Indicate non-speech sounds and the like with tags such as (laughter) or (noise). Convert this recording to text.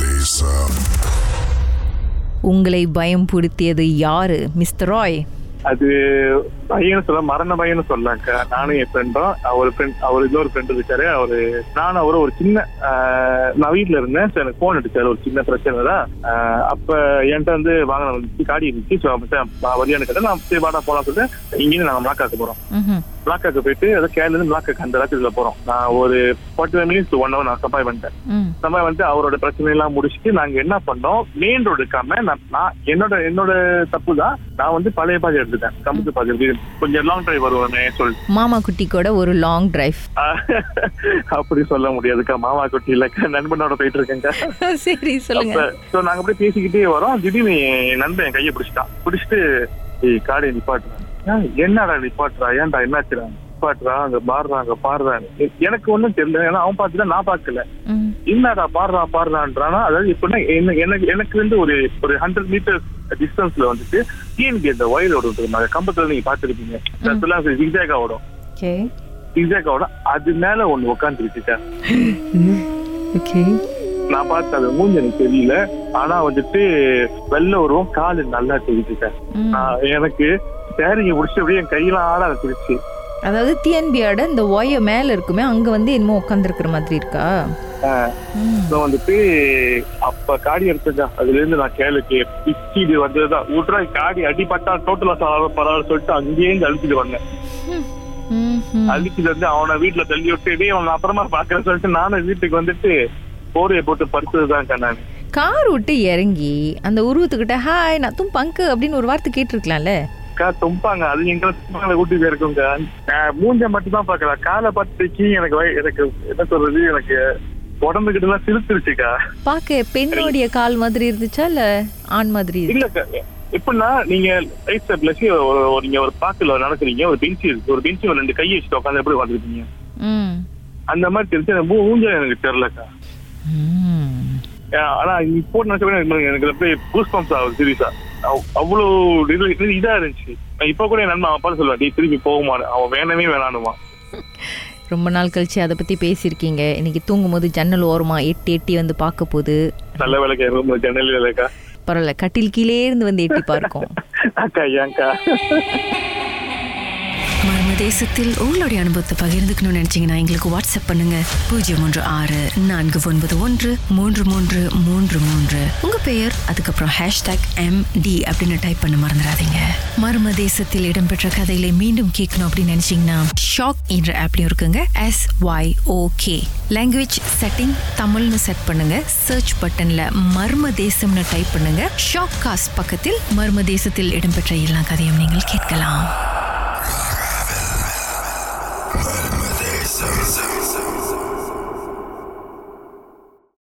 பேசாம் உங்களை பயம் பிடித்தியது யாரு மிஸ்டர் ராய் அது பையன் சொல்ல மரண பையன்னு சொல்லலாம்க்கா நானும் என் ஃப்ரெண்டும் அவர் ஃப்ரெண்ட் அவர் இன்னொரு ஃப்ரெண்டு இருக்காரு அவரு நானும் அவரும் ஒரு சின்ன ஆஹ், நான் வீட்ல இருந்தேன் சரி, எனக்கு ஃபோன் அடிச்சாரு ஒரு சின்ன பிரச்சனை தான் ஆஹ், அப்ப என்கிட்ட வந்து வாங்கின வந்துச்சு காடி இருந்துச்சு ஸோ வரியானு கேட்டேன் நான் சரி வாடா போலாம் சொல்லிட்டு இங்கேருந்து நாங்கள் பிளாக்காக்கு போறோம் ம்ஹும். பிளாக்காக்கு போயிட்டு அதாவது கேரளேருந்து பிளாக்காக்கு அந்த ராத்திரில போறோம் நான் ஒரு forty five minutes one hour நான் சம்பாய் பண்ணிட்டேன் ம். நம்ம வந்து அவரோட பிரச்சனை எல்லாம் முடிச்சுட்டு நாங்க என்ன பண்ணோம் மெயின் ரோடு இருக்காம நான் நான் என்னோட என்னோட தப்பு தான் நான் வந்து பழைய பாதை எடுத்துட்டேன் கம்பத்து பாதை எடுத்து கொஞ்சம் லாங் டிரைவ் வருவோமே சொல்லிட்டு மாமா குட்டி கூட ஒரு லாங் டிரைவ் ஆஹ், அப்படி சொல்ல முடியாதுக்கா மாமா குட்டி இல்லக்கா நண்பனோட போயிட்டு இருக்கேங்க (laughs) சரி சொல்லுங்க அப்ப சோ நாங்க அப்படியே பேசிக்கிட்டே வரோம் திடீர்னு என் நண்பன் என் கையை பிடிச்சிட்டான் பிடிச்சிட்டு "ஏய், காடி நிப்பாட்டுறான் "ஏன், என்னடா நிப்பாட்டுறா ஏன்டா என்னாச்சுடா நிப்பாட்டுறா அங்க பாடுறா அங்க பாடுறா எனக்கு ஒண்ணும் தெரியல ஏன்னா அவன் பார்த்துட்டா நான் பார்க்கல ம். இல்லடா பாடுறா பாடுறான்றானா அதாவது எப்படின்னா என்ன- எனக்கு எனக்கு வந்து ஒரு ஒரு ஹண்ட்ரட் மீட்டர் டிஸ்டன்ஸ்ல வந்துட்டு டிஎன்கே இந்த ஒயில் ஓடும் தெரியுமா கம்பத்துல நீங்க பாத்துருப்பீங்க அதெல்லாம் ஜிக்ஜாகா ஓடும் ஓகே ஜிக்ஜாகா ஓடும் அது மேல ஒண்ணு உட்காந்துருச்சுட்டேன் ஓகே நான் பார்த்து அது மூஞ்சி எனக்கு தெரியல ஆனா வந்துட்டு வெள்ள உருவம் காலு நல்லா தெரிஞ்சுட்டேன் ம். நான் எனக்கு சேரீங்க முடிச்சு அப்படியே என் கையெல்லாம் ஆட ஆரம்பிச்சிருச்சு அதாவது டிஎன்பியோட இந்த ஒய மேல இருக்குமே அங்க வந்து என்னமோ உட்காந்துருக்கிற மாதிரி இருக்கா ம். ஸோ வந்துட்டு அப்ப காடி எடுத்ததா அதுல இருந்து நான் கேளுக்கு பிச்சிடு வந்ததுதான் ஊட்டுற காடி அடிபட்டா டோட்டலா சாதாரண பரவாயில்ல சொல்லிட்டு அங்கேயே இருந்து அழிச்சிட்டு வந்தேன் ம், ம். அழிச்சிட்டு வந்து அவனை வீட்டுல தள்ளி விட்டு "டேய், அவனை அப்புறமா பாக்குறேன்னு சொல்லிட்டு நானும் வீட்டுக்கு வந்துட்டு போர்வையை போட்டு பறிச்சதுதான் கண்ணான் கார் விட்டு இறங்கி அந்த உருவத்துக்கிட்ட ஹாய் நான் தும் பங்கு அப்படின்னு ஒரு வார்த்தை கேட்டிருக்கலாம்ல அக்கா தும்பாங்க அது எங்களை தும்பாங்களை கூட்டிட்டு இருக்குங்க நான் மூஞ்ச மட்டும் தான் பாக்கலாம் காலை பார்த்துக்கு எனக்கு வய- எனக்கு என்ன சொல்றது எனக்கு உடம்புகிட்ட எல்லாம் சிரிச்சிருச்சுக்கா பார்க்க பெண்ணுடைய கால் மாதிரி இருந்துச்சா இல்ல ஆண் மாதிரி இரு- இல்லக்கா எப்படின்னா நீங்க ரைட் சைட்ல ஒரு ஒரு- நீங்க ஒரு பாக்குல நடக்கிறீங்க ஒரு பெஞ்ச் இருக்கு ஒரு பெஞ்ச் ஒரு ரெண்டு கையை வச்சுட்டு உட்காந்து எப்படி உட்காந்துருக்கீங்க ம். அந்த மாதிரி தெரிஞ்சு எனக்கு மூ- மூஞ்ச எனக்கு தெரியலக்கா ம். ஏன், ஆனா இப்போ நினைச்சா எனக்கு எனக்கு அப்படியே பூஸ் பம்ப்ஸ் ஆகுது சீரியஸா அவ்வளவு இது- இது இதா இருந்துச்சு நான் இப்ப கூட என் நண்பன் அவன் பார்த்து சொல்லுவான் டேய் திருப்பி போகுமா அவன் வேணவே வேணானுமா ரொம்ப நாள் கழிச்சு அதை பத்தி பேசியிருக்கீங்க இன்னைக்கு தூங்கும் போது ஜன்னல் ஓரமா எட்டி எட்டி வந்து பார்க்க போது நல்ல வேலைக்கா ரூம்ல ஜன்னல் இல்லக்கா பரவாயில்ல கட்டில் கீழே இருந்து வந்து எட்டி பார்க்கும் அக்கா ஏன்க்கா மர்ம தேசத்தில் உங்களுடைய அனுபவத்தை பகிர்ந்துக்கணும்னு நினைச்சீங்கன்னா எங்களுக்கு வாட்ஸ்அப் பண்ணுங்க பூஜ்ஜியம் மூன்று ஆறு நான்கு ஒன்பது ஒன்று மூன்று மூன்று மூன்று மூன்று உங்க பெயர் அதுக்கப்புறம் ஹேஷ்டாக் எம் டி அப்படின்னு டைப் பண்ண மறந்துடாதீங்க மர்ம தேசத்தில் இடம்பெற்ற கதைகளை மீண்டும் கேட்கணும் அப்படின்னு நினைச்சீங்கன்னா ஷாக் என்ற ஆப்லயும் இருக்குங்க S Y okay language setting தமிழ்னு செட் பண்ணுங்க சர்ச் பட்டன்ல மர்ம தேசம்னு டைப் பண்ணுங்க ஷாக் காஸ்ட் பக்கத்தில் மர்ம தேசத்தில் இடம்பெற்ற எல்லா கதையும் நீங்கள் கேட்கலாம்